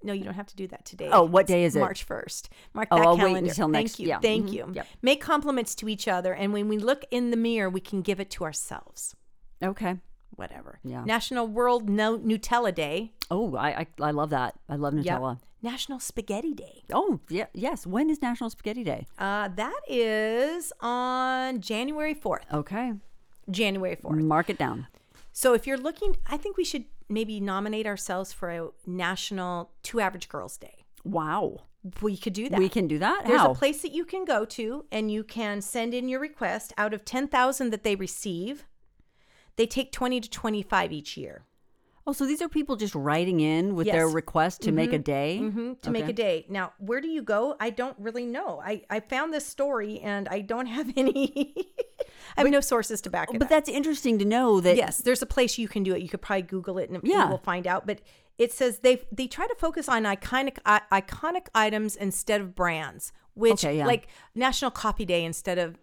no, you don't have to do that today. Oh, what It's day is it? March first. Mark Oh, that I'll wait calendar. until next- Thank you. yeah, Thank mhm, you. yep. Make compliments to each other, and when we look in the mirror, we can give it to ourselves. Okay. whatever. Yeah. National World no- Nutella Day. Oh, I, I I love that. I love Yep. Nutella. National Spaghetti Day. Oh, yeah, yes. When is National Spaghetti Day? Uh, that is on January 4th. Okay. January 4th. Mark it down. So if you're looking, I think we should maybe nominate ourselves for a National Two Average Girls Day. Wow. We could do that. We can do that? There's How? a place that you can go to and you can send in your request. Out of 10,000 that they receive, they take 20 to 25 each year. oh, so these are people just writing in with their Yes. request to make a day? Mhm, to make a day. Now, where do you go? I don't really know. I, I found this story and I don't have any. I have no sources to back it But up. that's interesting to know that yes, there's a place you can do it. You could probably Google it and Yeah. you will find out. But it says they they try to focus on iconic I, iconic items instead of brands, which Okay, yeah. like National Coffee Day instead of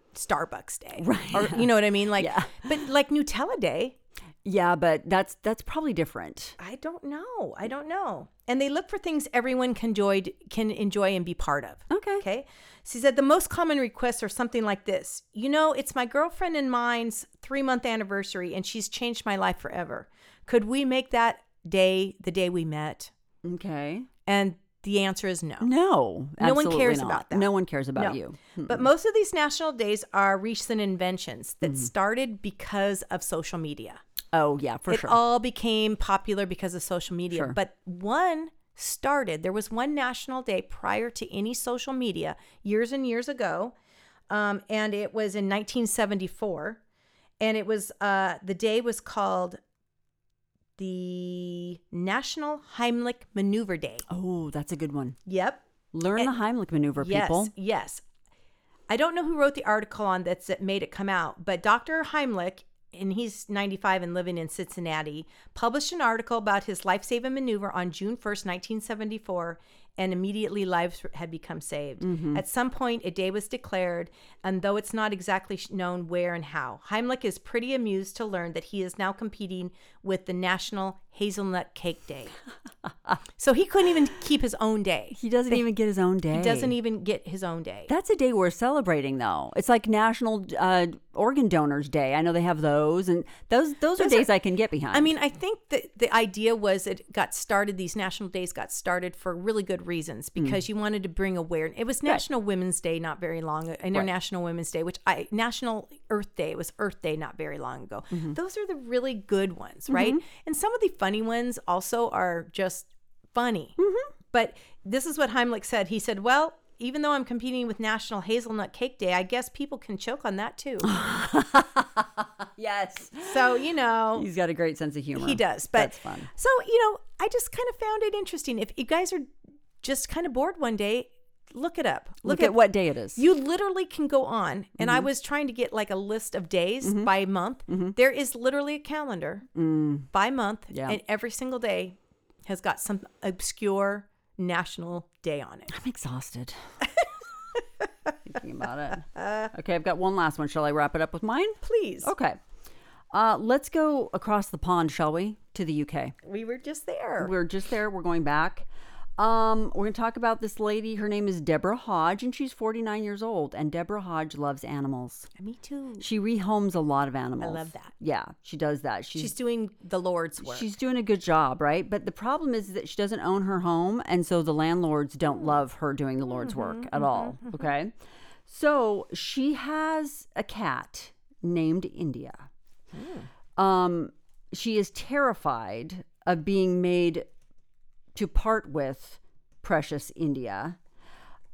Starbucks Day, right? Or you know what I mean? Like, but like Nutella Day, Yeah, but that's that's probably different. I don't know. I don't know. And they look for things everyone can enjoy, can enjoy and be part of. Okay. Okay. She said the most common requests are something like this. You know, it's my girlfriend and mine's three month anniversary, and she's changed my life forever. Could we make that day the day we met? Okay. And the answer is no. No. No one absolutely cares not. about that. No one cares Mm, about No. you. Hmm. But most of these national days are wreaths and inventions Hmm. that started because of social media. Oh, yeah, for it sure. all became popular because of social media. Sure. But one started, there was one national day prior to any social media years and years ago. Um, and it was in 1974. And it was, uh, the day was called the National Heimlich Maneuver Day. oh, that's a good one. Yep. Learn the Heimlich maneuver, Yes. people. Yes. I don't know who wrote the article on that's that made it come out, but Dr. Heimlich, and he's 95 and living in Cincinnati, published an article about his life-saving maneuver on June 1st, 1974, and immediately lives had become saved. Mm-hmm. At some point, a day was declared, and though it's not exactly sh- known where and how, Heimlich is pretty amused to learn that he is now competing with the National Hazelnut Cake Day. so he couldn't even keep his own day. He doesn't even get his own day. He doesn't e even get his own day. That's a day we're celebrating, though. It's like National uh, Organ Donors Day. I know they have those, and those those, are Those are- days I can get behind. I mean, I think that the idea was it got started, these national days got started for really good reasons because you wanted to bring awareness. It was National Women's Day not very long, International Women's Day, which I, National Earth Day was Earth Day not very long ago. Those are the really good ones, right? And some of the funny ones also are just funny. But this is what Heimlich said. He said, well, even though I'm competing with National Hazelnut Cake Day, I guess people can choke on that too. yes, so, you know, he's got a great sense of humor. He does, but that's fun. So you know, I just kind of found it interesting. If you guys are just kind of bored one day, look it Mm-hmm. up. Look, at, what day it is. you literally can go on. And I was trying to get like a list of days by month. There is literally a calendar by month, Yeah. and every single day has got some obscure national day on it. I'm exhausted. Thinking about it. Okay, I've got one last one. Shall I wrap it up with mine? Please, Okay. Uh, let's go across the pond, shall we, to the UK? we were just there. We're just there. We're going back. Um, we're going to talk about this lady. Her name is Deborah Hodge, and she's 49 years old. And Deborah Hodge loves animals. Me too. She rehomes a lot of animals. love that. Yeah, she does that. She's She's doing the Lord's work. She's doing a good job, right? But the problem is that she doesn't own her home, and so the landlords don't love her doing the Lord's work at all. Okay. So she has a cat named India. Um, she is terrified of being made to part with precious India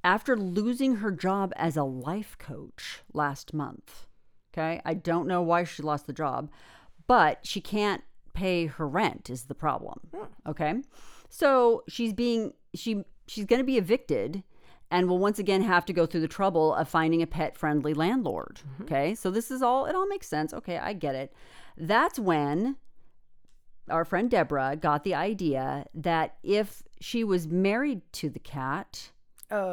after losing her job as a life coach last month. Okay. I don't know why she lost the job, but she can't pay her rent is the problem. Hmm. Okay. So she's being she she's going to be evicted and will once again have to go through the trouble of finding a pet-friendly landlord. Mm-hmm. Okay? So this is all it all makes sense. Okay, I get it. That's when our friend Deborah got the idea that if she was married to the cat,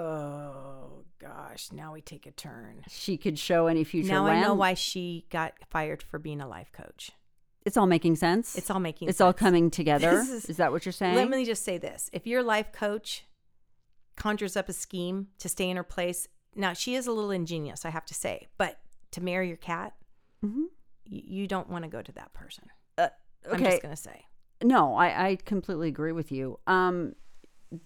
oh gosh, now we take a turn. she could show any future Now I land. know why she got fired for being a life coach. It's all making sense. It's all making it's all sense. coming together. This is- Is, that what you're saying? Let me just say this. If your life coach conjures up a scheme to stay in her place, now she is a little ingenious, I have to say, but to marry your cat, Mhm. y- you don't want to go to that person. Uh, I'm okay. just going to say. No, I, I completely agree with you. Um,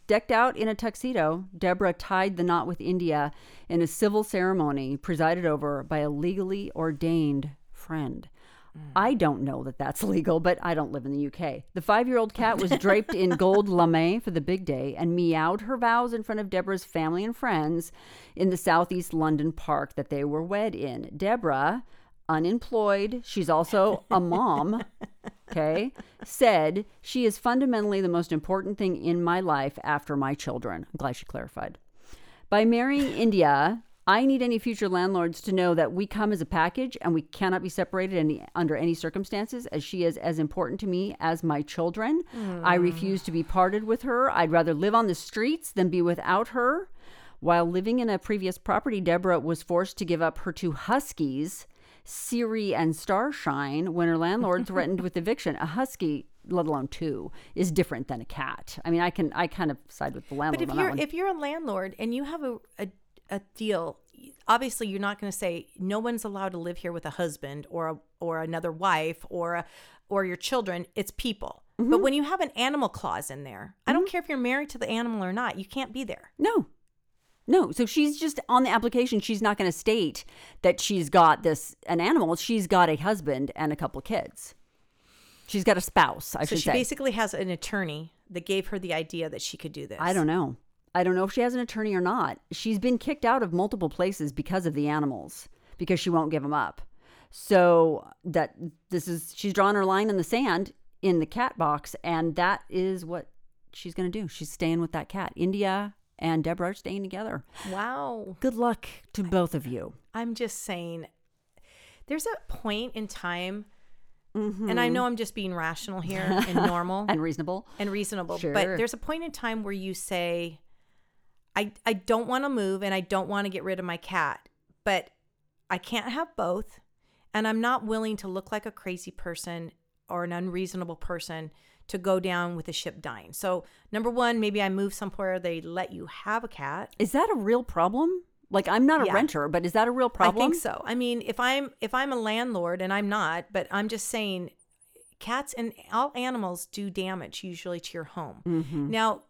decked out in a tuxedo, Deborah tied the knot with India in a civil ceremony presided over by a legally ordained friend. I don't know that that's legal, but I don't live in the UK. The five year old cat was draped in gold lame for the big day and meowed her vows in front of Deborah's family and friends in the southeast London park that they were wed in. Deborah, unemployed, she's also a mom, okay, said, She is fundamentally the most important thing in my life after my children. I'm glad she clarified. By marrying India, I need any future landlords to know that we come as a package and we cannot be separated any, under any circumstances, as she is as important to me as my children. I Hmm. refuse to be parted with her. I'd rather live on the streets than be without her. While living in a previous property, Deborah was forced to give up her two huskies, Siri and Starshine, when her landlord threatened with eviction. A husky, let alone two, is different than a cat. I mean, I can I kind of side with the landlord But if on that you're one. if you're a landlord and you have a a, a deal, obviously you're not going to say no one's allowed to live here with a husband or a, or another wife or a, or your children. It's people. Mm-hmm. But when you have an animal clause in there, I don't care if you're married to the animal or not, you can't be there. No. No. So she's just on the application, she's not going to state that she's got this an animal. She's got a husband and a couple kids. She's got a spouse, I so should she say. basically has an attorney that gave her the idea that she could do this. I don't know. I don't know if she has an attorney or not. She's been kicked out of multiple places because of the animals because she won't give them up. So that this is she's drawn her line in the sand in the cat box and that is what she's going to do. She's staying with that cat. India and Deborah are staying together. Wow. Good luck to both of you. I'm just saying there's a point in time and Hmm. I know I'm just being rational here Mm-hmm. and normal and reasonable. and reasonable, Sure. but there's a point in time where you say I I don't want to move and I don't want to get rid of my cat, but I can't have both and I'm not willing to look like a crazy person or an unreasonable person to go down with the ship dying. So, number 1, maybe I move somewhere they let you have a cat. Is that a real problem? Like, I'm not a Yeah. renter, but is that a real problem? I think so. I mean, if I'm if I'm a landlord and I'm not, but I'm just saying cats and all animals do damage usually to your home. Mm-hmm. Now,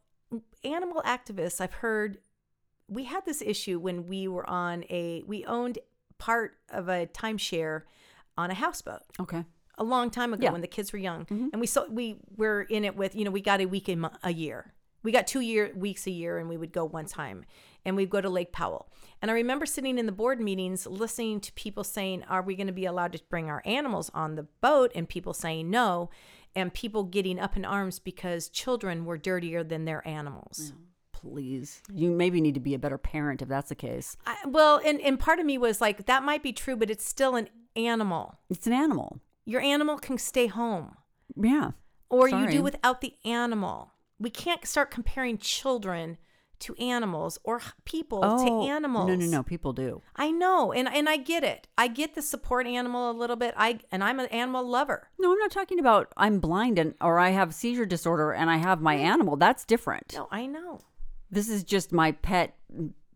animal activists, I've heard we had this issue when we were on a we owned part of a timeshare on a houseboat Okay. a long time ago Yeah. when the kids were young, and we saw we were in it with you know we got a week a, mo- a year, we got two year weeks a year, and we would go one time, and we'd go to Lake Powell. And I remember sitting in the board meetings, listening to people saying, "Are we going to be allowed to bring our animals on the boat?" And people saying no, and people getting up in arms because children were dirtier than their animals. Please. You maybe need to be a better parent if that's the case. I, well, and and part of me was like, that might be true, but it's still an animal. It's an animal. Your animal can stay home. Yeah. or you Sorry. do without the animal. We can't start comparing children to animals or h- people Oh, to animals. No, no, no. People do. I know, and and I get it. I get the support animal a little bit. I and I'm an animal lover. No, I'm not talking about I'm blind and or I have seizure disorder and I have my animal. That's different. No, I know. This is just my pet,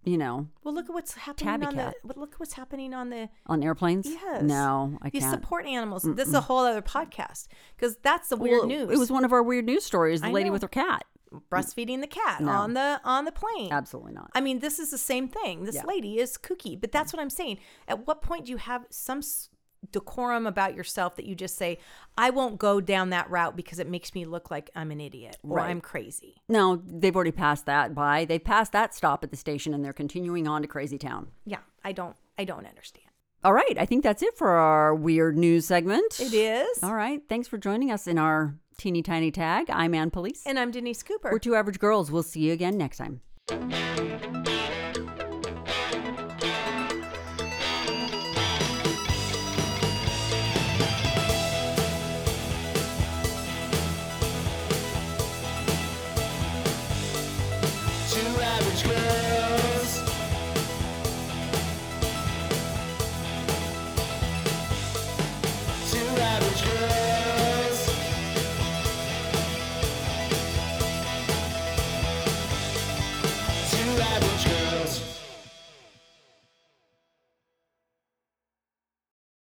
you know, Well, look at what's happening Tabby on cat. the. But look at what's happening on the. on airplanes. Yes. No, I you can't. support animals. This is a whole other podcast because that's the weird Well, news. It was one of our weird news stories. The I lady know. with her cat. breastfeeding the cat on the on the plane. Absolutely not. I mean, this is the same thing. This Yeah. lady is kooky, but that's what I'm saying. At what point do you have some s- decorum about yourself that you just say, "I won't go down that route because it makes me look like I'm an idiot or Right. I'm crazy." No, they've already passed that by. They passed that stop at the station and they're continuing on to Crazy Town. Yeah, I don't. I don't understand. All right. I think that's it for our weird news segment. It is, All right. Thanks for joining us in our teeny tiny tag. I'm Ann Police. and I'm Denise Cooper. We're two average girls. We'll see you again next time.